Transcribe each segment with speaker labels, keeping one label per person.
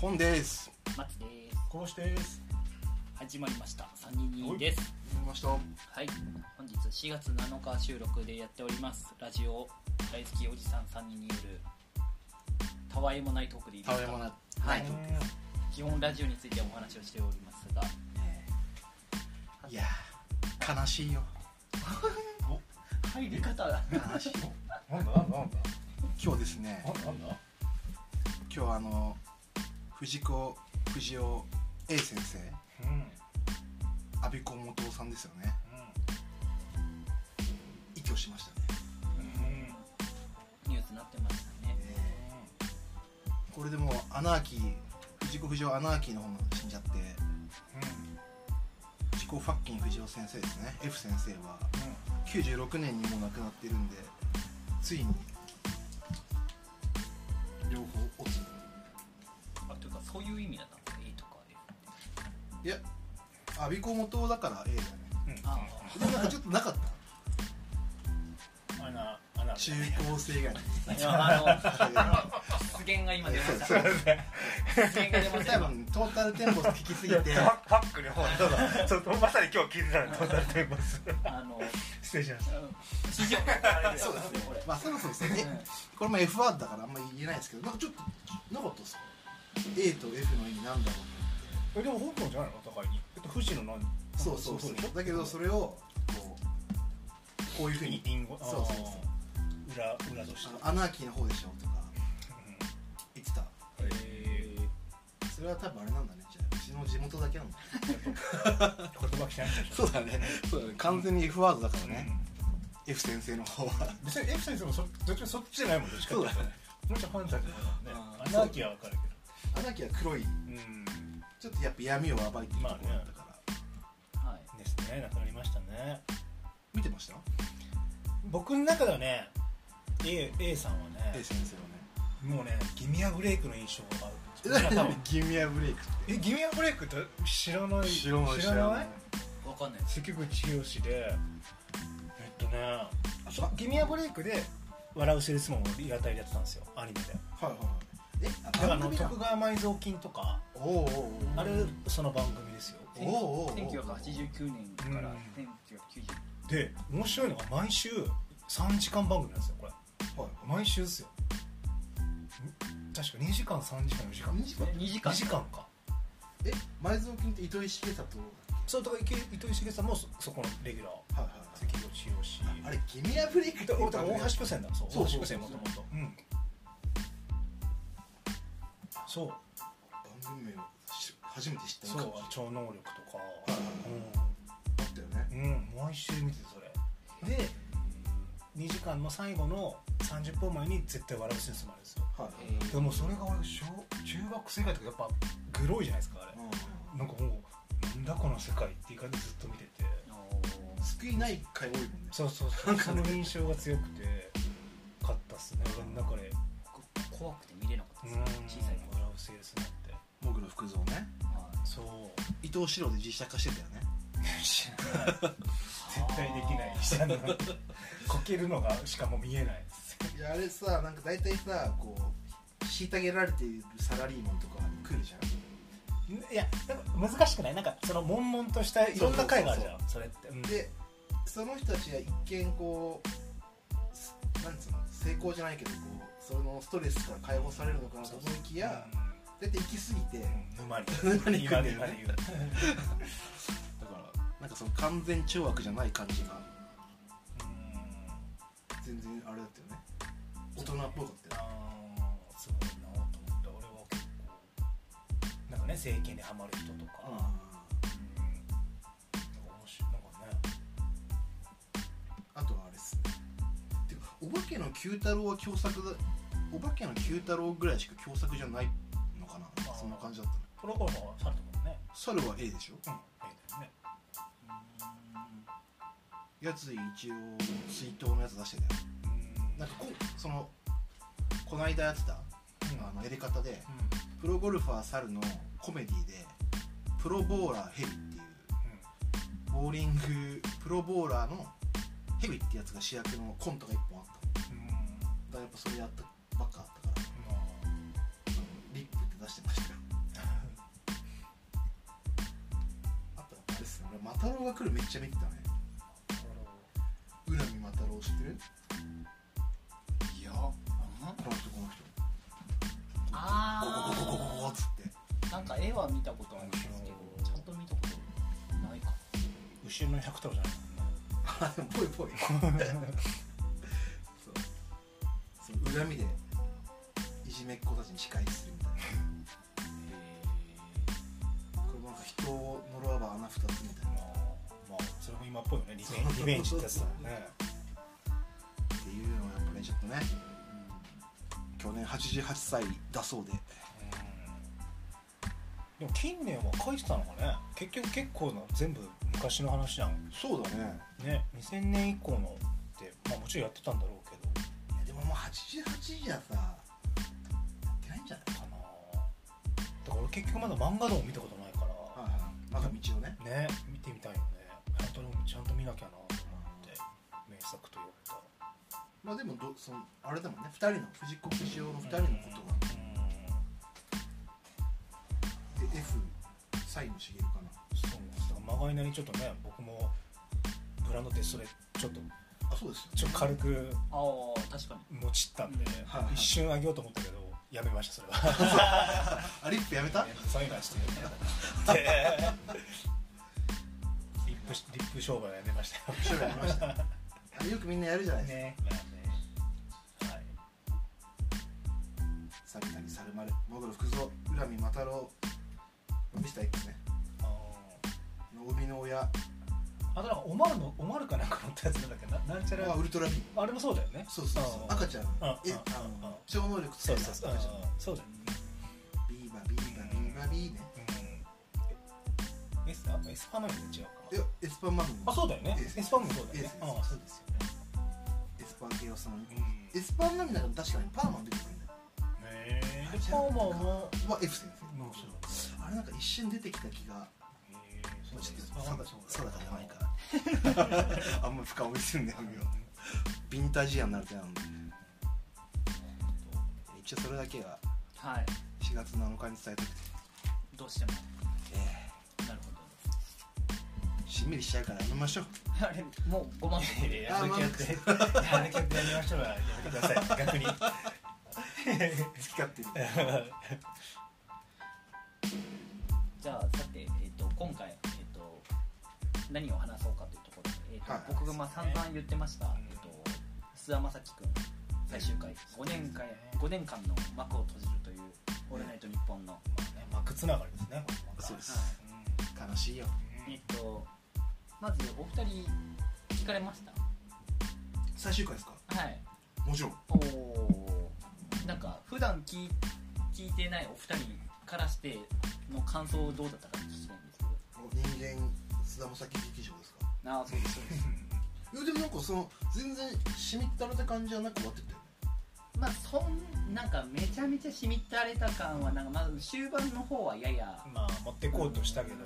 Speaker 1: ポンです
Speaker 2: 松です
Speaker 3: こうしてです。
Speaker 2: 始まりました3人2です
Speaker 1: 見ました
Speaker 2: はい本日4月7日収録でやっておりますラジオ大好きおじさん3人によるたわいもないトークでいいです
Speaker 1: た
Speaker 2: か
Speaker 1: わいもない
Speaker 2: はい
Speaker 3: え
Speaker 2: 基本ラジオについてお話をしておりますが
Speaker 1: いやー悲しいよ
Speaker 2: 入り方が
Speaker 1: 悲しい
Speaker 3: ーなんだなんだなんだ
Speaker 1: 今日ですね
Speaker 3: なんだなんだ。
Speaker 1: 今日あの藤子不二雄 A 先生
Speaker 3: うんうん。
Speaker 1: 阿ビ子元夫さんですよね依拠しましたね、
Speaker 3: うん。
Speaker 2: ニュースになってましたね
Speaker 1: えーこれでもうアナーキー藤子不二雄アナーキーの方が死んじゃって藤子ファッキン不二雄先生ですね F 先生は96年にもう亡くなってるんでついに両方落つ
Speaker 2: あというかそういう意味だったんですか A とか F
Speaker 1: いやアビコ元だから A だね
Speaker 3: うん。うん。
Speaker 2: あ
Speaker 1: でもなんかちょっとなかった
Speaker 3: あなあな。
Speaker 1: 中高生以外の
Speaker 2: あいやあの出現が今出ました
Speaker 1: そう
Speaker 2: 出現が出ました
Speaker 1: 多
Speaker 2: 今
Speaker 1: 分トータルテンボス聞きすぎて
Speaker 3: ハッハックにほらそうだ。ちょっとまさに今日聞いてたの。そうだと思います。
Speaker 2: あの
Speaker 3: 失礼しました。
Speaker 2: 市場
Speaker 1: そうですね
Speaker 2: これ
Speaker 1: まあそろそろですね
Speaker 2: うん
Speaker 1: これも F ワードだからあんまり言えないですけどなんかちょっとなかったっすか A と F の意味なんだろう
Speaker 3: えでも香港じゃないのお互いに。えっと富士の何？
Speaker 1: と思ってそうそうそうだけどそ
Speaker 3: れ
Speaker 1: れをこうこういうふう
Speaker 3: に
Speaker 1: に
Speaker 3: 隠語。
Speaker 1: そうそうそう
Speaker 3: う。裏裏とし
Speaker 1: あ
Speaker 3: て。
Speaker 1: のアナーキーの方でしょとか言ってた
Speaker 3: え
Speaker 1: それは多分あれなんだねじゃあうちの地元だけなんだ
Speaker 3: え。言葉汚いでし
Speaker 1: そ
Speaker 3: ょ。
Speaker 1: うだねそうだね完全に F ワードだから
Speaker 3: う
Speaker 1: ね
Speaker 3: ん。
Speaker 1: F 先生の方は
Speaker 3: 別に F 先生もそどっちもそっちじゃないもんどっちかってい
Speaker 1: そうだ
Speaker 3: ねもちろんファンタジーだもん
Speaker 1: あ
Speaker 3: ね
Speaker 1: ー
Speaker 3: アナーキーはわかる
Speaker 1: アナーキーは黒い
Speaker 3: けどうん
Speaker 1: ちょっとやっぱ闇を暴いているところだったから、
Speaker 2: はい
Speaker 3: ですねなくなりましたね
Speaker 1: 見てました
Speaker 3: 僕の中ではね A, A さんは
Speaker 1: A
Speaker 3: ね
Speaker 1: 先生
Speaker 3: もうねギミアブレイクの印象が
Speaker 1: は
Speaker 3: ある
Speaker 1: ね
Speaker 3: 多分
Speaker 1: ギミアブレイク
Speaker 3: えギミアブレイクって知らない
Speaker 1: 知らない
Speaker 3: 知らない
Speaker 2: わかんないです
Speaker 3: 関口宏でえっとねあそうギミアブレイクで「笑うセールスマン」をリアタイでやってたんですよアニメで
Speaker 1: はいはいえ
Speaker 3: だからあの
Speaker 1: なの
Speaker 3: 徳川埋蔵金とか
Speaker 1: おおおう
Speaker 3: あれその番組ですよ
Speaker 1: おうおうおう
Speaker 2: 1989年から
Speaker 3: うん
Speaker 2: 1990
Speaker 3: で面白いのが毎週3時間番組なんですよこれ
Speaker 1: はい
Speaker 3: 毎週ですよん確か2時間3時間4時間
Speaker 1: 二時間
Speaker 2: 2時間
Speaker 3: 2時間か
Speaker 1: え埋蔵金って糸井重里
Speaker 3: それとか池糸井重さんもそそこのレギュラ
Speaker 1: は
Speaker 3: ー
Speaker 1: いは
Speaker 3: 関口宏
Speaker 1: いあれギミアブレイクって
Speaker 3: だ
Speaker 1: 言
Speaker 3: 大
Speaker 1: った
Speaker 3: 橋
Speaker 1: のね
Speaker 3: 巨泉だそう
Speaker 1: そうそ
Speaker 3: 大橋
Speaker 1: う
Speaker 3: 巨
Speaker 1: そう
Speaker 3: 泉もともとうんそう
Speaker 1: 番組名をし初めて知った
Speaker 3: そう
Speaker 1: のかもし
Speaker 3: 超能力とか
Speaker 1: いはいれないあったよね
Speaker 3: うん、うん、毎週見てたそれで2時間の最後の30分前に絶対笑うセンスもあるんですよ
Speaker 1: はいはい
Speaker 2: えー
Speaker 3: でもそれが俺小中学生以外とかやっぱグロいじゃないですかあれ
Speaker 1: うん
Speaker 3: なんかもうなんだこの世界っていう感じでずっと見てて
Speaker 1: 救いない回多いもんね
Speaker 3: そうそうそうその印象が強くてかったっすね俺の中で
Speaker 2: 僕怖くて見れなかった
Speaker 3: う
Speaker 2: で
Speaker 3: ん
Speaker 2: す小さい頃
Speaker 3: 笑うセールスマンって
Speaker 1: モグロ福蔵ね
Speaker 2: はい
Speaker 3: そう
Speaker 1: 伊藤四郎で実写化してたよね
Speaker 3: 絶対できないあの こけるのがしかも見えない
Speaker 1: いやあれさなんか大体さこう虐げられているサラリーマンとかに来るじゃん
Speaker 3: いやなんか難しくないなんかその悶々としたいろんな回があるじゃんそれってうん
Speaker 1: でその人たちが一見こうすなんつうの成功じゃないけどこうそのストレスから解放されるのかなと思いき
Speaker 3: い
Speaker 1: や大体行き過ぎて
Speaker 3: 沼に
Speaker 1: 沼に行くんだよね
Speaker 3: 沼に行く
Speaker 1: だからなんかその完全懲悪じゃない感じが
Speaker 3: うん
Speaker 1: 全然あれだったよね大人っぽかったよね
Speaker 3: あーすごいなと思った俺は結構なんかね政権にハマる人とか、うん、なんか面白いなんかね
Speaker 1: あとはあれっすねてかお化けの九太郎は共作だお化けの九太郎ぐらいしか共作じゃないのかな
Speaker 3: あー
Speaker 1: そんな感じだったね
Speaker 3: トロコロもされてもね
Speaker 1: 猿は A でしょ
Speaker 3: うんいいだよね
Speaker 1: やつ一応追悼のやつ出してたよ
Speaker 3: うん
Speaker 1: なんかこそのこないだやってたあのやり方でプロゴルファー猿のコメディでプロボーラーヘビっていうボーリングプロボーラーのヘビってやつが主役のコントが1本あった
Speaker 3: うんうんうん
Speaker 1: だからやっぱそれやったばっかあったから
Speaker 3: まあ
Speaker 1: あのリップって出してましたよマタロウが来るめっちゃ見てたね浦見マタロウ知ってる
Speaker 2: いやうん
Speaker 1: この人この人
Speaker 2: あ
Speaker 1: ここここここここっつって
Speaker 2: ーなんか絵は見たことあるんですけどちゃんと見たことないか
Speaker 3: 後ろの百太郎じゃない
Speaker 1: あでもぽいぽいそうその恨みでいじめっ子たちに仕返しするみたいなこれなんか人を呪わば穴二つみたいな
Speaker 3: まあ、まあ、それも今っぽいよねリベンリベンジってやつだもんね
Speaker 1: っていうのはやっぱねちょっとね去年88歳だそうで
Speaker 3: うんでも近年は書いてたのかね結局結構な全部昔の話じゃん
Speaker 1: そうだね
Speaker 3: ね2000年以降のって、まあ、もちろんやってたんだろうけど
Speaker 1: いやでももう88じゃさやってないんじゃない
Speaker 3: かなだから俺結局まだ漫画でも見たことないから、
Speaker 1: はいはいまだ道をね
Speaker 3: ね見てみたいよね本当にちゃんと見なきゃなと思って名作と言われた
Speaker 1: まあでもどそのあれだもんね2人の藤子不二雄の2人のことが、
Speaker 3: うん
Speaker 1: で F サイの茂かな
Speaker 3: そうなんですだからまがいなりちょっとね僕もブランドってそれちょっと
Speaker 1: あそうですよ
Speaker 3: ちょっと軽く
Speaker 2: ああ確かに
Speaker 3: 持ちったんで、
Speaker 2: うん
Speaker 1: はいはい
Speaker 3: 一瞬あげようと思ったけどやめましたそれ は
Speaker 1: あリップやめた
Speaker 3: そういうの はちょっとやめたリップリップ商売はやめましたよ
Speaker 1: 一緒にやりましたあれよくみんなやるじゃないですか、
Speaker 3: ねまあねはい
Speaker 1: サビタリサルマルモグロ福蔵浦見又郎ミスター X ね
Speaker 3: あ
Speaker 1: の帯の親
Speaker 3: ーあとなんかオマールのオマールかなんか乗ったやつなんだっけななんちゃ
Speaker 1: は
Speaker 3: ら
Speaker 1: ウルトラビー
Speaker 3: あれもそうだよね
Speaker 1: そうそうそう
Speaker 3: あー
Speaker 1: 赤ちゃん
Speaker 3: あ
Speaker 1: え
Speaker 3: あ
Speaker 1: あ
Speaker 3: あ
Speaker 1: の超能力つ
Speaker 3: そ
Speaker 1: け
Speaker 3: う
Speaker 1: た
Speaker 3: そうそうあ
Speaker 1: 赤ちゃん
Speaker 3: ーそうだよね
Speaker 1: ビーバビーバビーバビーね
Speaker 3: うんえエスあエスパーマミ違うか
Speaker 1: えエスパーマグ
Speaker 3: あ
Speaker 1: ム
Speaker 3: そうだよね
Speaker 1: エ
Speaker 3: エ
Speaker 1: ス
Speaker 3: スパーもそうだ
Speaker 1: エ
Speaker 3: よ
Speaker 1: スエ
Speaker 3: ね
Speaker 1: ス
Speaker 3: ああ
Speaker 1: そうですよエスパー系をその
Speaker 3: うん
Speaker 1: エスパーマグムだから確かにパーマン出てくるんだよ
Speaker 3: へえ
Speaker 1: で
Speaker 3: で
Speaker 1: パ
Speaker 3: パ
Speaker 1: ー
Speaker 3: ー
Speaker 1: マ
Speaker 3: マ
Speaker 1: ン
Speaker 3: も
Speaker 1: は F 先
Speaker 3: もうそう
Speaker 1: 生あれなんか一瞬出てきた気がちょっと定かじゃないから あんまり深追いするんだよ俺はヴィンタージアになるってなんで一応それだけは
Speaker 2: はい
Speaker 1: 4月7日に伝えてくて、
Speaker 2: どうしても
Speaker 1: え
Speaker 2: なるほど
Speaker 1: ーしんみりしちゃうからやめましょう
Speaker 2: あれもう5万円で
Speaker 3: やめてやってやめてやってやりましょうやめてくださ い逆に
Speaker 1: 好き勝手 に
Speaker 2: じゃあさて、えっと今回、えっと何を話そうかというところで、えっと
Speaker 1: はい
Speaker 2: 僕がまあ散々言ってました、
Speaker 3: うん
Speaker 2: えっと須田将暉君最終回5年間5年間の幕を閉じるという「オールナイトニッポン」の、は
Speaker 3: まあ靴ながりですね
Speaker 1: そうで
Speaker 2: い
Speaker 1: す悲しいよ
Speaker 2: えっとまずお二人聞かれました
Speaker 1: 最終回ですか
Speaker 2: はい
Speaker 1: もちろん
Speaker 2: おおなんか普段聞い聞いてないお二人からしての感想どうだったか聞きたいんですけど
Speaker 1: 人間菅田将暉劇場ですか
Speaker 2: ああそうですそうです
Speaker 1: いやでもなんかその全然しみったれた感じはなく終わってったよね
Speaker 2: まあそんなんかめちゃめちゃしみったれた感はなんかまあ終盤の方はやや
Speaker 3: まあ持ってこうとしたけど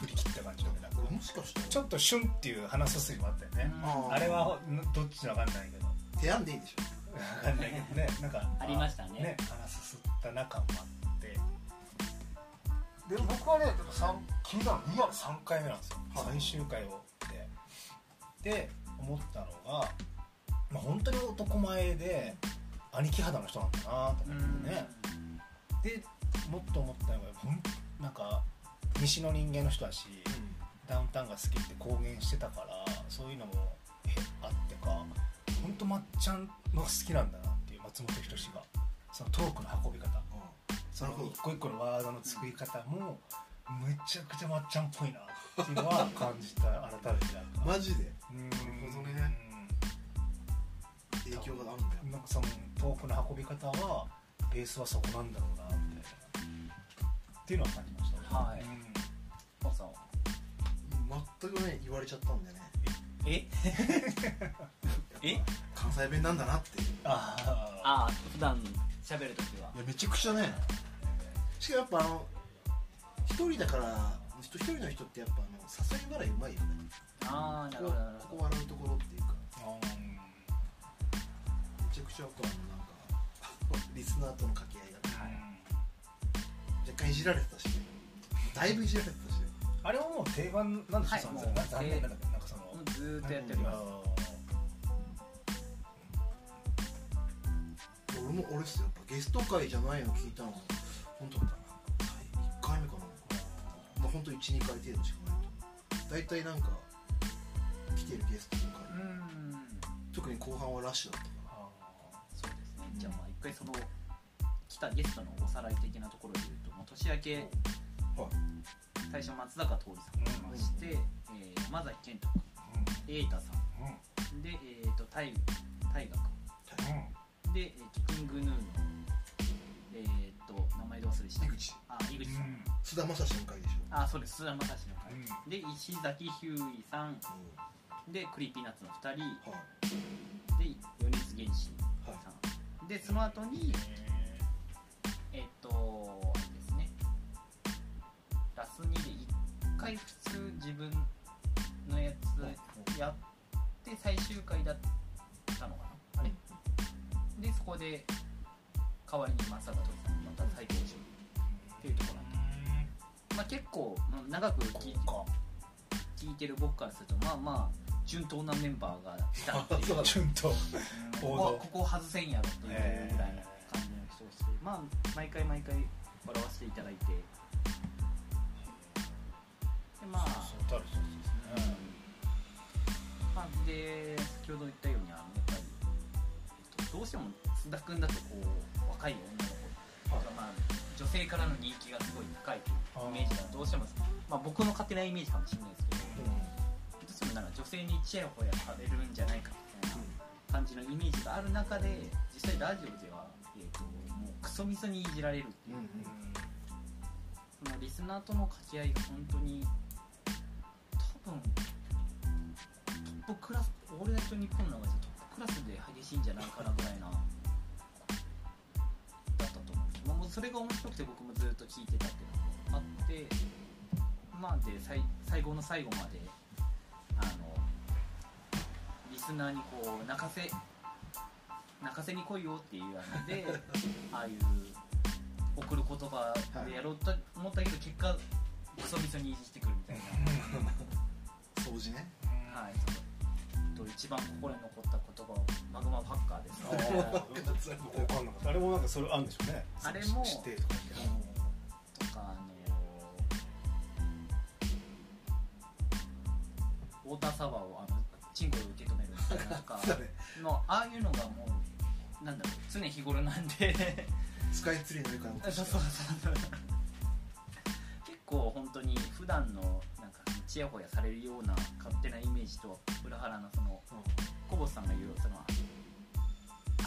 Speaker 3: 振り切った感じだねなんか
Speaker 1: これもしかして
Speaker 3: ちょっとシュンっていう鼻すすりもあったよね
Speaker 1: あー
Speaker 3: あれはどっちのわかんないけど
Speaker 1: 手編んでいいでしょ
Speaker 3: わかんないけど ねなんか
Speaker 2: ありましたね
Speaker 3: ね鼻すすった中もあってで僕はねでも三聞いたの今3回目なんですよ、
Speaker 1: はい
Speaker 3: 最終回をってで思ったのが、まあ、本当に男前で兄貴肌の人なんだなと
Speaker 2: うん
Speaker 3: 思ってね、でもっと思ったのがほんなんか西の人間の人だし、ダウンタウンが好きって公言してたからそういうのもえあってか本当まっちゃんの好きなんだなっていう松本人志がそのトークの運び方その
Speaker 1: なるほど
Speaker 3: 一個一個のワードの作り方もめちゃくちゃまっちゃんっぽいなっていうの は感じた改めてなんか
Speaker 1: マジで
Speaker 3: うん
Speaker 1: るほどね影響があるんだよ
Speaker 3: うんなんかそのトークの運び方はベースはそこなんだろうなみたいなっていうのは感じました
Speaker 2: はい
Speaker 3: うん
Speaker 2: そうそう
Speaker 1: 全くね言われちゃったんでね
Speaker 2: ええ
Speaker 1: 関西弁なんだなってい
Speaker 3: あー
Speaker 2: ああ普段喋るときは
Speaker 1: やめちゃくちゃねしかもやっぱあの一人だから一人の人ってやっぱあの誘い笑いうまいよね
Speaker 2: ああな
Speaker 1: こ
Speaker 2: る
Speaker 1: こ
Speaker 2: ほどなる
Speaker 1: こ
Speaker 2: ほ
Speaker 1: こ
Speaker 2: ど
Speaker 1: 笑うところっていうか
Speaker 3: うん
Speaker 1: めちゃくちゃこうなんかリスナーとの掛け合いが
Speaker 3: はい
Speaker 1: 若干いじられてたしねだいぶいじられてたしね
Speaker 3: あれはもう定番なんですよ、
Speaker 2: はい
Speaker 3: その
Speaker 2: もう
Speaker 3: 残念なんだけどなんかその
Speaker 2: もうずーっとやっております
Speaker 1: 俺も俺っすよやっぱゲスト会じゃないの聞いたの本当だ1回目かなまあ本当一12回程度しかないと大体なんか来てるゲストとか
Speaker 2: うーん
Speaker 1: 特に後半はラッシュだったか
Speaker 3: あ
Speaker 2: そうですねじゃあまあ一回その来たゲストのおさらい的なところで言うと、まあ、年明け
Speaker 1: らはい
Speaker 2: 最初松坂桃李さんがいまして、えー山崎賢人君
Speaker 3: ー
Speaker 2: 瑛太さ
Speaker 3: うんうん
Speaker 2: んでえー、と大大河君で、えー、キングヌーのえっ、と名前どうするした
Speaker 1: 井口
Speaker 2: あ井口さん、
Speaker 1: 須田正史の回でしょ
Speaker 2: あそうです菅田将暉の
Speaker 3: うんうん
Speaker 2: 会で石崎ひゅういさん
Speaker 1: うん
Speaker 2: でクリーピーナッツの2人
Speaker 1: はい
Speaker 2: で米津玄師
Speaker 1: はい
Speaker 2: さんでその後に
Speaker 3: え
Speaker 2: えっ、とあれですねラス2で1回普通自分のやつやって最終回だったのかなあれでそこで代わりに松坂桃李さんにまた再登場
Speaker 3: ー
Speaker 2: っていうところなんまあ結構うん長く聞い
Speaker 3: こ
Speaker 2: 聞いてる僕からするとまあまあ順当なメンバーが来たっていう
Speaker 3: うかちゅんと
Speaker 2: こ
Speaker 3: 王
Speaker 2: こ
Speaker 3: 道
Speaker 2: ここ外せんやろっていうぐらいの感じの人をして、まあ毎回毎回笑わせていただいてでまあ
Speaker 3: そうたるそうですね
Speaker 2: まあで先ほど言ったようにあのやっぱり、えっと、どうしても津田君だとこう若い女の子
Speaker 1: はい
Speaker 2: まあ、女性からの人気がすごい高いというイメージがどうしても、まあ、僕の勝手なイメージかもしれないですけどどうしても
Speaker 1: う
Speaker 2: なんか女性にちやほやされるんじゃないかみたいなん感じのイメージがある中で実際ラジオでは、えー、ともうクソみそにいじられるっていう
Speaker 1: うんうん
Speaker 3: うん
Speaker 2: そのリスナーとの掛け合いが本当に多分トップクラスオールナイトニッポンの中でトップクラスで激しいんじゃないかなぐらいなだったと思うんですけど、まあ、もうそれが面白くて僕もずっと聞いてたっていうのもあってまあで最最後の最後まであのリスナーにこう泣かせ泣かせに来いよっていうのでああいう送る言葉でやろうと思ったけど結果クソみそにいじってくるみたいな。
Speaker 1: 掃除ね
Speaker 2: はい、えっと一番心に残った言葉をマグマファッカーです
Speaker 3: あー 僕わかんなかったあれもなんかそれあるんでしょうね
Speaker 2: あれも
Speaker 3: 知ってとか言って
Speaker 2: とかあのウォーターサワーをあのチンコで受け止めるみたいなとか
Speaker 1: だね
Speaker 2: のああいうのがもうなんだろう常日頃なん で
Speaker 1: スカイツリーの上から落
Speaker 2: そう
Speaker 1: と
Speaker 2: そう
Speaker 1: し
Speaker 2: そう
Speaker 1: て
Speaker 2: そう結構本当に普段のなんかちやほやされるような勝手なイメージとは裏腹なそのコボさんが言うその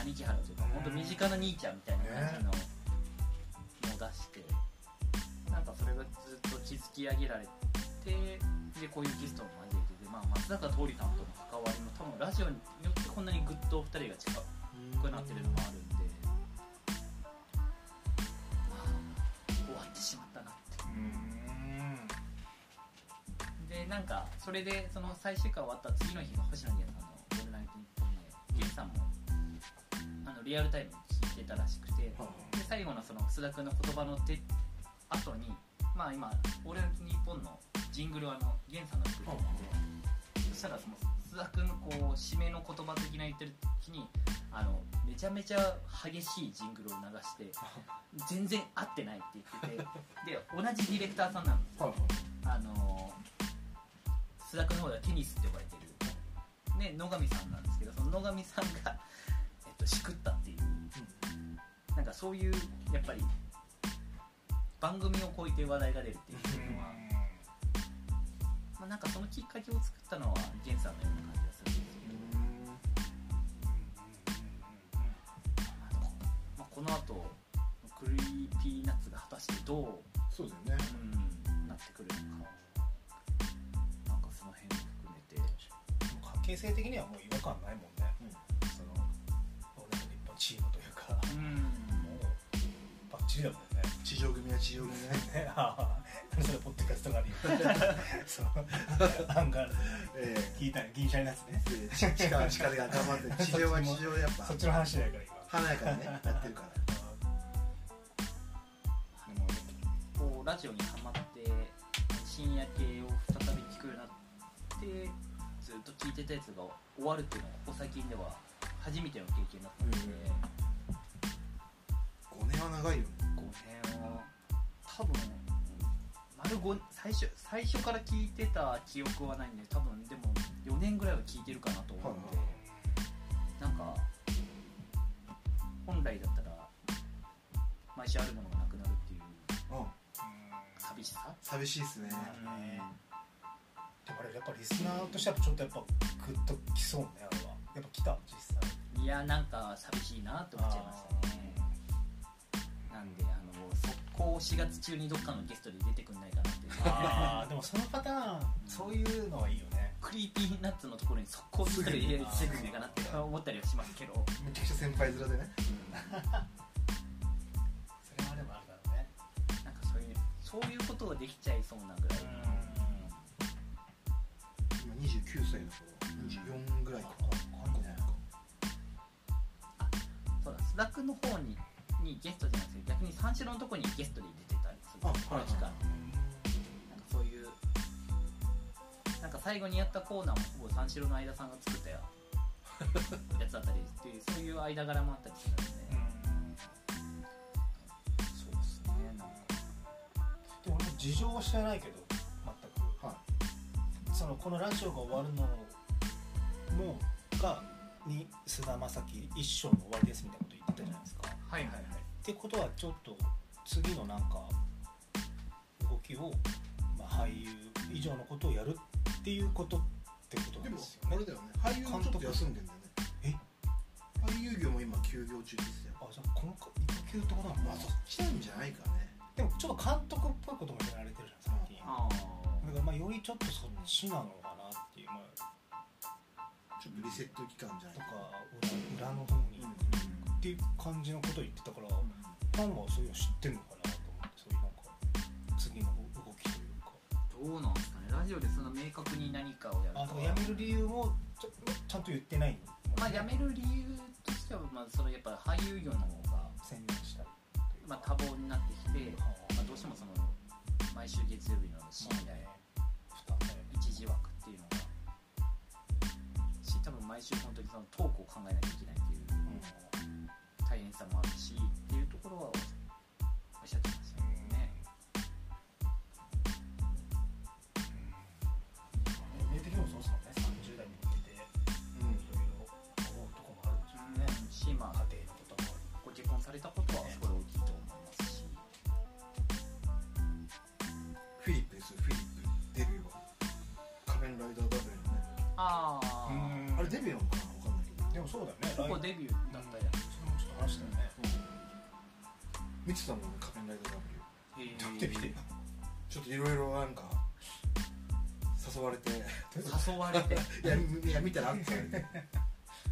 Speaker 2: 兄貴原というか
Speaker 3: うん
Speaker 2: 本当身近な兄ちゃんみたいな感じののを出してなんかそれがずっと築き上げられてでこういうゲストを交えてで、まあ、松坂桃李さんとの関わりも多分ラジオによってこんなにぐっとお二人が近くなってるのもあるんでまあ終わってしまったなって
Speaker 3: うん
Speaker 2: でなんかそれでその最終回終わった次の日が星野源さんの「オールナイトニッポン」で源さんもあのリアルタイムに聞いてたらしくてで
Speaker 1: は
Speaker 2: 最後のその須田君の言葉の手後にまあ今「オールナイトニッポン」のジングルはあの源さんが作ってるのでそしたらその須田君のこう締めの言葉的な言ってる時にあのめちゃめちゃ激しいジングルを流して全然合ってないって言っててで同じディレクターさんなんですよ
Speaker 1: いはい
Speaker 2: あのー、須田君の方ではテニスって呼ばれてる、ね、野上さんなんですけどその野上さんが、 えっと、しくったっていうなんかそういうやっぱり番組を超えて話題が出るっていうのは、まあ、なんかそのきっかけを作ったのは源さんのような感じがするんですけど、まあどこまあ、この後クリーピーナッツが果たしてどう、
Speaker 1: そうだよね
Speaker 2: うん、なってくるのかなんかその辺も含めて。
Speaker 3: 関係性的にはもう違和感ないもんね
Speaker 1: うん
Speaker 3: その俺の日本チームというかも
Speaker 2: うん
Speaker 3: うバッチリだもんね
Speaker 1: 地上組は地上組ね
Speaker 3: ねああ何それポッドキャストがあり そうアンガールズ
Speaker 1: え
Speaker 3: 聞いたね銀シャリのやつね
Speaker 1: えでち地下は地下で頑張って地上は地上でやっ
Speaker 3: そ
Speaker 1: ぱ
Speaker 3: っちの話じゃないから今
Speaker 1: 華やかにねやってるから
Speaker 3: でも
Speaker 2: こうラジオにハマって深夜系を再び聞くようになってずっと聞いてたやつが終わるっていうのはここ最近では初めての経験だったので、
Speaker 1: うん5年は長いよね
Speaker 2: 5年は多分丸5最初最初から聞いてた記憶はないんで多分でも4年ぐらいは聞いてるかなと思うので、
Speaker 1: はいは
Speaker 2: なんか本来だったら毎週あるものがなくなるっていう
Speaker 1: うん
Speaker 2: 寂しさ
Speaker 1: 寂しいっすね
Speaker 3: ねでもあれやっぱリスナーとしてはちょっとやっぱグッときそうねあれはやっぱ来た実際
Speaker 2: いやなんか寂しいなって思っちゃいましたねなんであの速攻4月中にどっかのゲストで出てくんないかなっていう
Speaker 3: あーでもそのパターンそういうのはいいよね
Speaker 2: クリーピーナッツのところに速攻ゲストで出てくんないかなって思ったりはしますけど
Speaker 1: めちゃくちゃ先輩面でね
Speaker 3: それはでもあるだろうね
Speaker 2: なんかそういうそういうことができちゃいそうなぐらい、
Speaker 1: 今29歳だから24ぐらいかな
Speaker 3: うん今度ね
Speaker 2: そうだスラックの方ににゲストじゃなくて逆に三四郎のとこにゲストで出てたりする
Speaker 1: あはい
Speaker 2: この期間なんかそういうなんか最後にやったコーナーもほぼ三四郎の相田さんが作ったややつだったりっていうそういう間柄もあったりするんでね、そうですねなんか
Speaker 3: でも俺も事情は知らないけど全く
Speaker 1: はい
Speaker 3: そのこのラジオが終わるのもがに菅田将暉一生の終わりですみたいなこと言ってたじゃないですか、
Speaker 2: はいはいはい
Speaker 3: ってことはちょっと次のなんか動きを、まあ、俳優以上のことをやるっていうことってこと
Speaker 1: で
Speaker 3: なん
Speaker 1: も
Speaker 3: です
Speaker 1: あ
Speaker 3: よ
Speaker 1: れ
Speaker 3: ね
Speaker 1: だよね俳優もちょっと休んでんだよ
Speaker 3: え
Speaker 1: ね俳優業も今休業中ですよ
Speaker 3: あじゃあこの一級ってことなの
Speaker 1: まあそっちなんじゃないかね
Speaker 3: でもちょっと監督っぽいこともやられてるじゃん最近
Speaker 2: あ
Speaker 3: だからまあよりちょっとそっちなのかなっていう、まあ、
Speaker 1: ちょっとリセット期間じゃない
Speaker 3: とか
Speaker 1: か
Speaker 3: 裏裏の方に、
Speaker 1: うん
Speaker 3: っていう感じのことを言ってたから、ファンはそういうの知ってるのかなと思ってそういうなんか次の動きというか
Speaker 2: どうなんですかねラジオでそんな明確に何かをやる
Speaker 3: あだから辞める理由もちょちゃんと言ってないの
Speaker 2: まあ辞める理由としては、まあ、そのやっぱ俳優業の方が、
Speaker 3: 専念したりという
Speaker 2: まあ
Speaker 3: か、
Speaker 2: 多忙になってきて、
Speaker 3: は
Speaker 2: まあ、どうしてもその毎週月曜日の深夜
Speaker 3: ね負担だよね
Speaker 2: 一時枠っていうのがし多分毎週本当にそのトークを考えなきゃいけないっていう大変さもあるしっていうところはおっしゃってましたねね
Speaker 3: 年齢的にもそうですもんね30代に向けていろいろ思うとこもあるんでしょ
Speaker 2: し
Speaker 3: うね
Speaker 2: まあ
Speaker 3: 家庭のこともあ
Speaker 2: ご
Speaker 3: る
Speaker 2: 結婚されたことはすごい大きいと思いますし
Speaker 1: フィリップですよフィリップデビューは仮面ライダーバトルの
Speaker 2: ああ
Speaker 1: ねあれデビューなのかなわかんないけど
Speaker 3: でもそうだよね
Speaker 2: ここ
Speaker 3: 来
Speaker 2: デビューだったや
Speaker 3: それもちょっと話したよね
Speaker 1: 見てたもんね仮面ライダー
Speaker 2: ん
Speaker 1: バトル
Speaker 2: へー
Speaker 3: 見て見て
Speaker 1: ちょっといろいろなんか誘われて
Speaker 2: 誘われて
Speaker 1: いやみいや見たらって言われ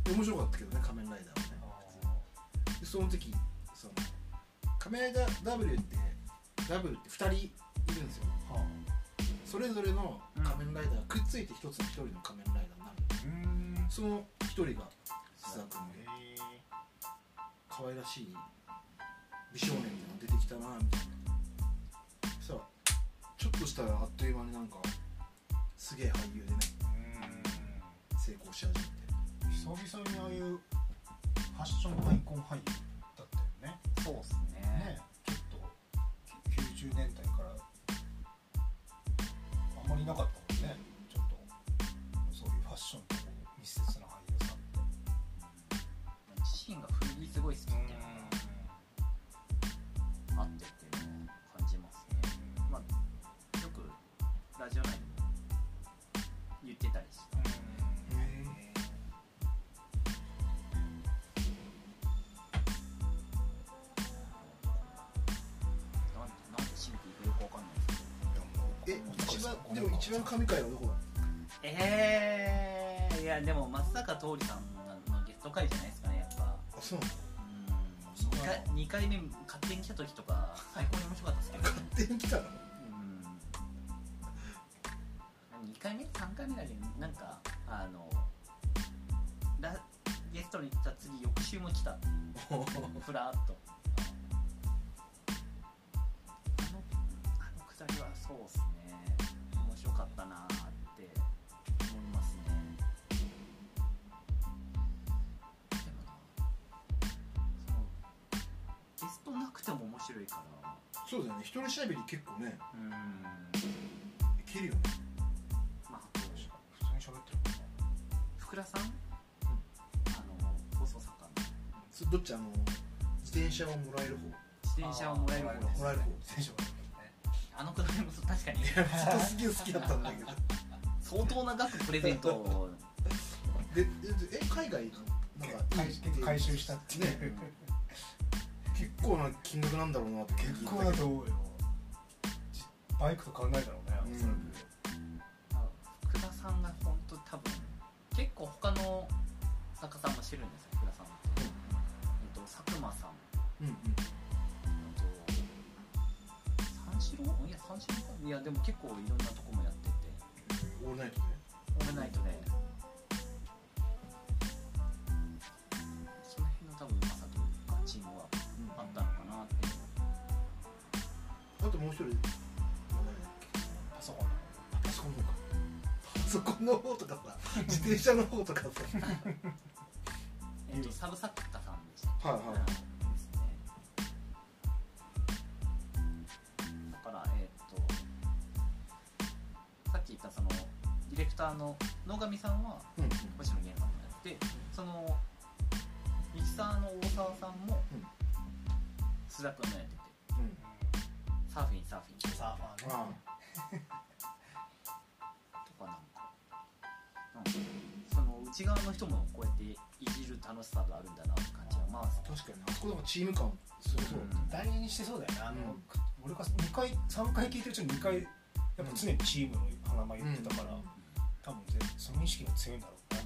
Speaker 1: て面白かったけどね仮面ライダーはねでその時その仮面ライダー W って W って2人いるんですよ
Speaker 3: はあ
Speaker 1: それぞれの仮面ライダーがくっついて一つの一人の仮面ライダーになる
Speaker 3: うん
Speaker 1: その一人が須田君で可愛らしい美少年みたいなの出てきたなみたいなそしたらちょっとしたらあっという間になんかすげえ俳優でね成功し始めて
Speaker 3: 久々にああいうファッションアイコン俳優だったよね
Speaker 2: そうっすね
Speaker 3: ねちょっとき90年代からあまりなかったもんねちょっとそういうファッションとこう密接な俳優さんって
Speaker 2: 自身が古着すごい好きっていうのがあってっていうのを感じますねまあよくラジオ内でも言ってたりしてなんでなんで締めていくのかわかんないですけど
Speaker 1: え一番でも一番神回はどこだ
Speaker 2: えー、いやでも松坂桃李さんのゲスト回じゃないですかねやっぱ
Speaker 1: あそうなの
Speaker 2: うん2回二回目勝手に来た時とか最高に面白かったですけど
Speaker 1: 勝手に来たの
Speaker 2: うん2回目3回目だけどなんかあのラゲストに来た次翌週も来たふらっとあのあのくだりはそうっすねったなーって思いますねでもなそのテストなくても面白いから
Speaker 1: そうだよね一人喋り結構ね
Speaker 2: うんま
Speaker 1: いけるよね
Speaker 2: ああと
Speaker 3: 普通に喋ってる
Speaker 2: 福田さん、あの放送作家の
Speaker 1: そどっちあの自転車をもらえる
Speaker 2: 自転車をもらえる方で
Speaker 1: 方
Speaker 2: す
Speaker 1: もらえる方
Speaker 3: 選手
Speaker 2: あのくだりもそう確かに
Speaker 1: ずっとすげえ好きだったんだ けど
Speaker 2: 相当な額プレゼントを
Speaker 1: ででえ海外のなんかいいって
Speaker 3: 回回収したっていう
Speaker 1: ね結構な金額なんだろうなって
Speaker 3: 結構だと思うよじバイクと変わんないだろうね、
Speaker 1: うん
Speaker 3: おそらく
Speaker 2: 福田さんが本当多分結構他の作家さんもしてるんですよ福田さんって、えっと、佐久間さん
Speaker 1: うんう
Speaker 2: あ
Speaker 1: ん
Speaker 2: と三四郎いや三四郎かいやでも結構いろんなとこもやってて
Speaker 1: オールナイトで
Speaker 2: オールナイトでその辺の多分うまさというかチームはあったのかなっていう
Speaker 1: あともう一人
Speaker 3: パソコン
Speaker 1: パソコンの方かパソコンの方とかさ自転車の方とかさ
Speaker 2: えっとサブ作家さんでしたっけ
Speaker 1: はいはい
Speaker 2: ですねだからえっとさっき言ったそのディレクターの野上さんは
Speaker 1: うんうん
Speaker 2: 星野源さんもやってそのミキサーの大沢さんも
Speaker 1: うん
Speaker 2: 須田君もやってて
Speaker 1: うん
Speaker 2: サーフィンサーフィンと
Speaker 3: サーファーね
Speaker 1: あ
Speaker 2: かなんかなんかその内側の人もこうやっていじる楽しさがあるんだなって感じはまあ
Speaker 1: あ確かにあそこなんかチーム感すごそう
Speaker 2: うん
Speaker 3: 大事にしてそうだよねあの、
Speaker 1: うん
Speaker 3: 俺が2回3回聞いてるうちに2回やっぱ常にチームの花間言ってたから、
Speaker 1: うん
Speaker 3: 多分ぜその意識が強いんだろうね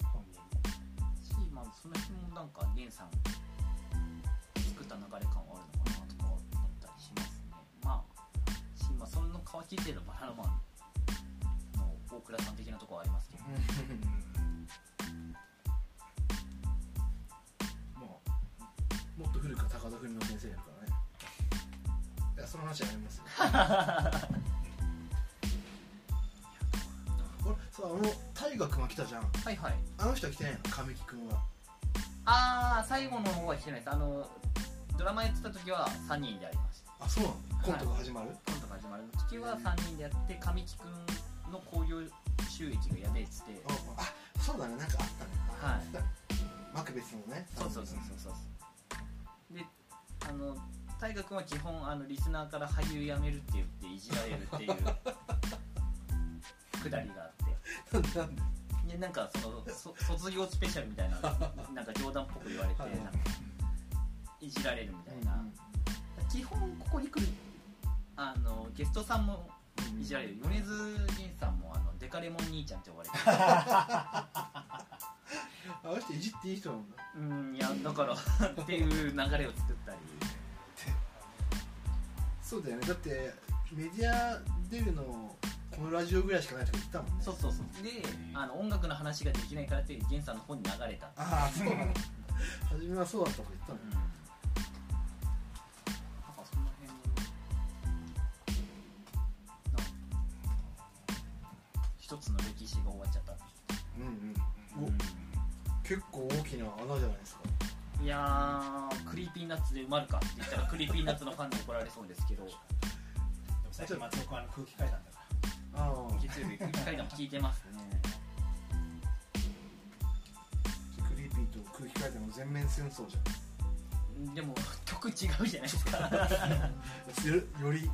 Speaker 3: 本人も
Speaker 2: し、まあ、その辺もなんか源さん作った流れ感はあるのかなとか思ったりしますねまあし、まあ、その皮切ってのバナナマンの大倉さん的なとこはありますけど、
Speaker 1: うんうんまあもっと古くは高田文夫先生やるからねいやその話はやめますよ俺さあの大河君が来たじゃん
Speaker 2: はいはい
Speaker 1: あの人は来てないの神木君は
Speaker 2: ああ最後の方は来てないですあのドラマやってた時は3人でありました
Speaker 1: あそうなのコントが始まる、
Speaker 2: コントが始まる時は3人でやって神木君の興行収益がやべえっつって
Speaker 1: ああそうだねなんかあった
Speaker 2: は
Speaker 1: ね
Speaker 2: い
Speaker 1: マクベスのね
Speaker 2: そうそうそうそうそうそうであの大河君は基本あのリスナーから俳優辞めるって言っていじられるっていうくだりがあっ
Speaker 1: なんでなんで
Speaker 2: てでなんかそのそ卒業スペシャルみたいななんか冗談っぽく言われて、
Speaker 1: はいはい
Speaker 2: なんかいじられるみたいな、基本ここに来るあのゲストさんもいじられる米津玄師さんもあのデカレモン兄ちゃんって呼ばれてる
Speaker 1: あの人いじっていい人なんだ
Speaker 2: うんいやだからっていう流れを作ったり
Speaker 1: そうだよねだってメディア出るのこのラジオぐらいしかないとか言ってたもんね
Speaker 2: そうそうそうであの音楽の話ができないからって源さんの方に流れたって
Speaker 1: ああそうなの初めはそうだったとか言ったの
Speaker 2: う
Speaker 1: よ
Speaker 2: んなんかその辺のなんか一つの歴史が終わっちゃった
Speaker 1: うん
Speaker 3: う
Speaker 1: うんんお結構大きな穴じゃないですか
Speaker 2: いやークリーピーナッツで埋まるかって言ったらクリーピーナッツのファンに怒られそうですけど
Speaker 3: でも最近松尾君あの空気階段だか
Speaker 1: ああ
Speaker 2: 月曜日空気階段も聞いてますね
Speaker 1: クリーピーと空気階段の全面戦争じゃん
Speaker 2: でも曲違うじゃないですか、
Speaker 1: よより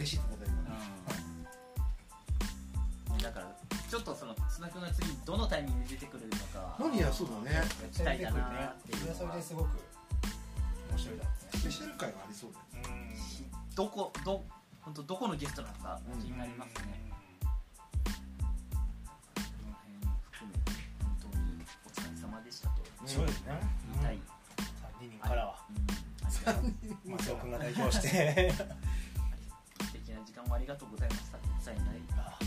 Speaker 1: 激しい戦いが
Speaker 2: だからちょっとその津田君が次どのタイミングで出てくるのか
Speaker 1: 何やそうだね
Speaker 3: ら
Speaker 2: 期待だなっていう
Speaker 3: そ
Speaker 2: のは
Speaker 3: れはそれですごく面白いだろ
Speaker 1: スペシャル回がありそうだよ
Speaker 3: うねうん
Speaker 2: どこど本当どこのゲストなのか気になりますね、この辺含めて本当にお疲れ様でしたと
Speaker 3: うんそうですね
Speaker 2: 言いたい、うん
Speaker 3: 3人からは
Speaker 2: ありがとう
Speaker 3: 松尾君が代表して
Speaker 2: 素敵な時間をありがとうございましたって伝えたい
Speaker 3: あ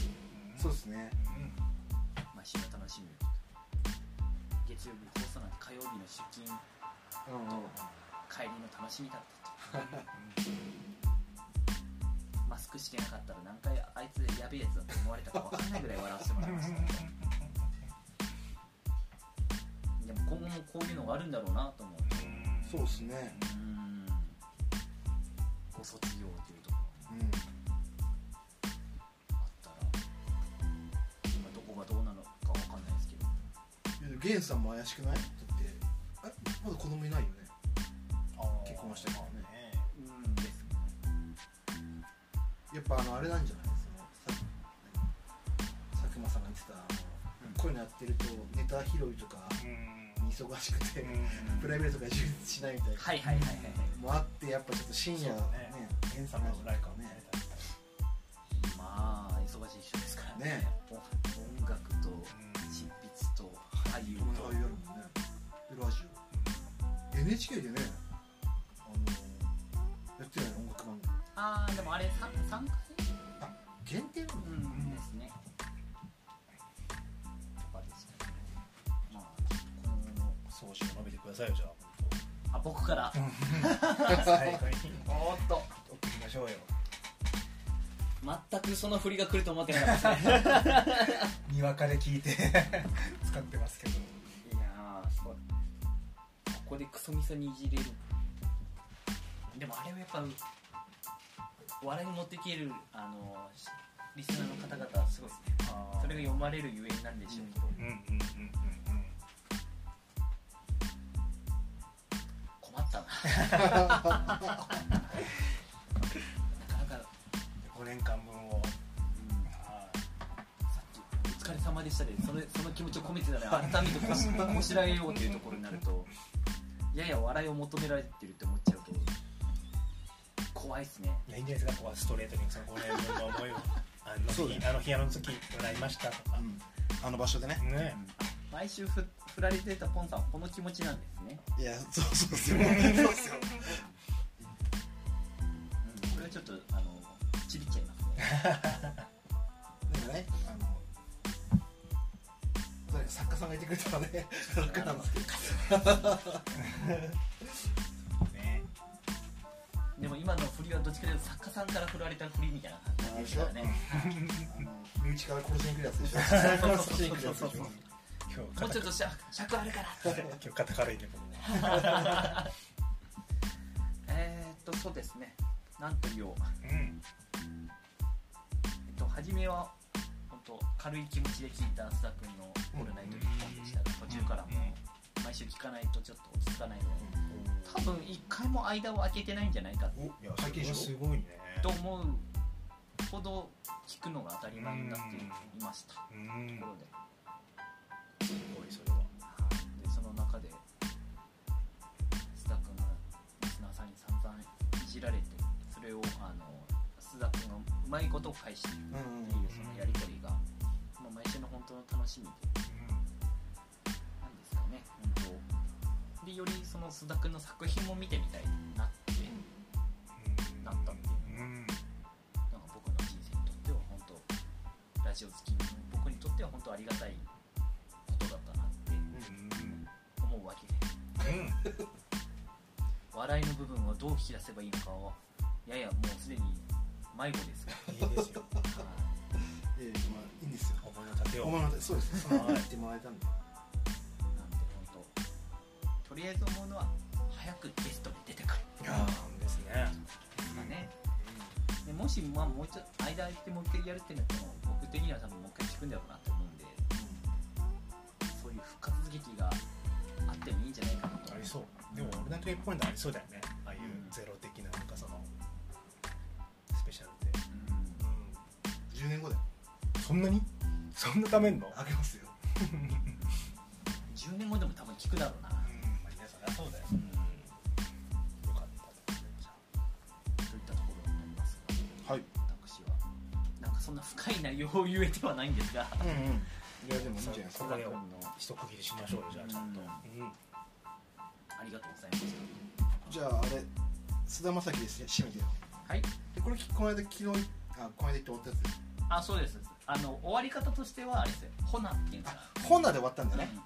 Speaker 1: そうですね
Speaker 3: うん
Speaker 2: 毎週が楽しみ月曜日放送なんて火曜日の出勤
Speaker 1: うんうんうん
Speaker 2: 帰りの楽しみだったと
Speaker 3: う
Speaker 2: まマスクしてなかったら何回あいつやべえやつだと思われたか分かんないぐらい笑わせてもらいましたでも今後もこういうのがあるんだろうなと思う
Speaker 1: そうですね
Speaker 2: うんご卒業というところ
Speaker 1: うん
Speaker 2: もあったら今どこがどうなのか分かんないですけど
Speaker 1: いやゲンさんも怪しくないだってあれまだ子供いないよね結婚はしてるからね
Speaker 2: うんです
Speaker 1: やっぱあのあれなんじゃないそのさ佐久間さんが言ってたあの、
Speaker 2: うん
Speaker 1: こういうのやってるとネタ拾いとかに忙しくて、プライベートが充実しないみたいな、
Speaker 2: はいはいはいはいはい
Speaker 1: もあってやっぱちょっと深夜
Speaker 3: そうだね
Speaker 1: ね
Speaker 3: エンサムぐらいかね
Speaker 2: まあ忙しい人ですからね
Speaker 1: ね
Speaker 2: お音楽と執筆と俳優
Speaker 1: 友達
Speaker 2: と
Speaker 1: がやるもんねでラジオ NHK でねあのやってない音楽番組
Speaker 2: ああでもあれ 3, 三回
Speaker 1: 限定なの
Speaker 2: うんですねとかでしたねまあこの
Speaker 3: 掃除を伸びてくださいよじゃ
Speaker 2: あ僕から
Speaker 3: あ最後に
Speaker 2: おーっと
Speaker 3: 取っていきましょうよ
Speaker 2: 全くその振りが来ると思ってなかったですね
Speaker 3: にわかで聞いて使ってますけど
Speaker 2: いやーすごいここでクソみそにいじれるでもあれはやっぱ笑いに持っていけるあのしリスナーの方々はすごいですねそれが読まれるゆえになんでしょうけど、
Speaker 3: うんうんうんうんうん
Speaker 2: 困ったななかなか、
Speaker 3: 5年間分を
Speaker 2: うんさっき「お疲れ様でしたで」そのその気持ちを込めてたら改めてこしこしらえようというところになるとやや笑いを求められてるって思っちゃうと怖いっすね
Speaker 3: いやいいんじゃないですかここはストレートにその5年分の思いをあの
Speaker 1: そうだ
Speaker 3: 日あの日あの時もらいましたとか、
Speaker 1: うんあの場所でね
Speaker 3: ね
Speaker 2: 毎週ふ振られてたポンさんはこの気持ちなんですね、
Speaker 1: いやそうそうですよそうですよ
Speaker 2: うん、これはちょっとあのちびっちゃいますね
Speaker 1: なんかねあの誰か作家さんがいてくれたらね楽なんですけど
Speaker 3: ね
Speaker 2: でも今の振りはどっちかというと作家さんから振られた振りみたいな感じですからね
Speaker 1: あの身内から殺しに来るやつでしょ殺しに来るやつでしょ
Speaker 3: 今日
Speaker 2: もうちょっ
Speaker 3: と
Speaker 2: としゃ尺あるから
Speaker 3: 今日肩軽いね僕も
Speaker 2: えーっとそうですねなんと言おう
Speaker 3: うん
Speaker 2: えっと初めは本当軽い気持ちで聞いた須田君の「オールナイトニッポン」でしたが途中からも毎週聞かないとちょっと落ち着かないぐらい多分一回も間を空けてないんじゃないか
Speaker 1: お
Speaker 3: いや
Speaker 1: 会計
Speaker 3: それは
Speaker 1: し
Speaker 3: す
Speaker 1: よ
Speaker 3: ごいね
Speaker 2: と思うほど聞くのが当たり前になっていましたと
Speaker 3: うん
Speaker 2: ころです
Speaker 3: ごいそれは
Speaker 2: でその中で須田君がリスナーさんに散々いじられてそれをあの須田君がうまいことを返している
Speaker 1: う
Speaker 2: っ
Speaker 1: ん
Speaker 2: ていうそのやり取りが、まあ、毎週の本当の楽しみでなんですかね本当でよりその須田君の作品も見てみたいなってなったっていう
Speaker 3: うん
Speaker 2: なんか僕の人生にとっては本当ラジオ好きの僕にとっては本当ありがたいことだったなって思うわけで
Speaker 3: うん
Speaker 2: 笑いの部分をどう引き出せばいいのかをややもうすでに迷子ですが
Speaker 3: いいですよ
Speaker 2: はい
Speaker 1: ええまあいいんですよ
Speaker 3: 思いの盾を
Speaker 1: お前のそうですその言ってもらえたんで
Speaker 2: なんで本当とりあえず思うのは早くゲストに出てくる
Speaker 3: いやーですね
Speaker 2: とかねでもし、まあ、もうちょっと間空いてもう一回やるってなっても僕的には多分もう一回聞くんだろうなと思うんでそういう復活劇があってもいいんじゃないかなと
Speaker 3: ありそうでも俺だけポイントありそうだよねああいう
Speaker 2: うん
Speaker 3: ゼロ的ななんかそのスペシャルで
Speaker 2: うん
Speaker 1: 10年後だよ
Speaker 3: そんなにそんなためんの
Speaker 1: あげますよ
Speaker 2: 10年後でも多分聞くだろうな
Speaker 3: まあ皆さんそうだよよかったじゃ
Speaker 2: といったところになりますが
Speaker 1: はい
Speaker 2: 私はなんかそんな深い内容を言えてはないんですが
Speaker 1: うんうんいやでもいいんじゃないです
Speaker 3: そ
Speaker 1: か
Speaker 3: う
Speaker 2: 岡君の
Speaker 3: あ一区切りしましょうよじゃあちゃんと
Speaker 2: うん
Speaker 3: うん
Speaker 2: ありがとうございまし
Speaker 1: じゃああれ菅田将暉ですね締めてよ
Speaker 2: たはい
Speaker 1: でこれきこの間昨日あこの間言って終わったや
Speaker 2: あそうですあの終わり方としてはあれですよホナっていうんですか
Speaker 1: つ本名で終わったんだね
Speaker 2: う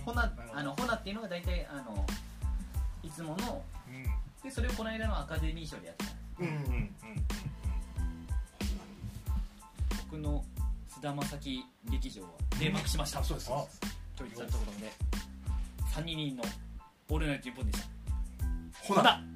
Speaker 2: んホナあのホナっていうのが大体あのいつもの
Speaker 3: うん
Speaker 2: でそれをこの間のアカデミー賞でやってたんです
Speaker 1: うん
Speaker 3: うんうんうん
Speaker 2: 督の菅田将暉劇場は閉幕しました、
Speaker 1: そうですそうです
Speaker 2: といったところで3人の「オールナイト日本でした
Speaker 1: ほな
Speaker 2: ほな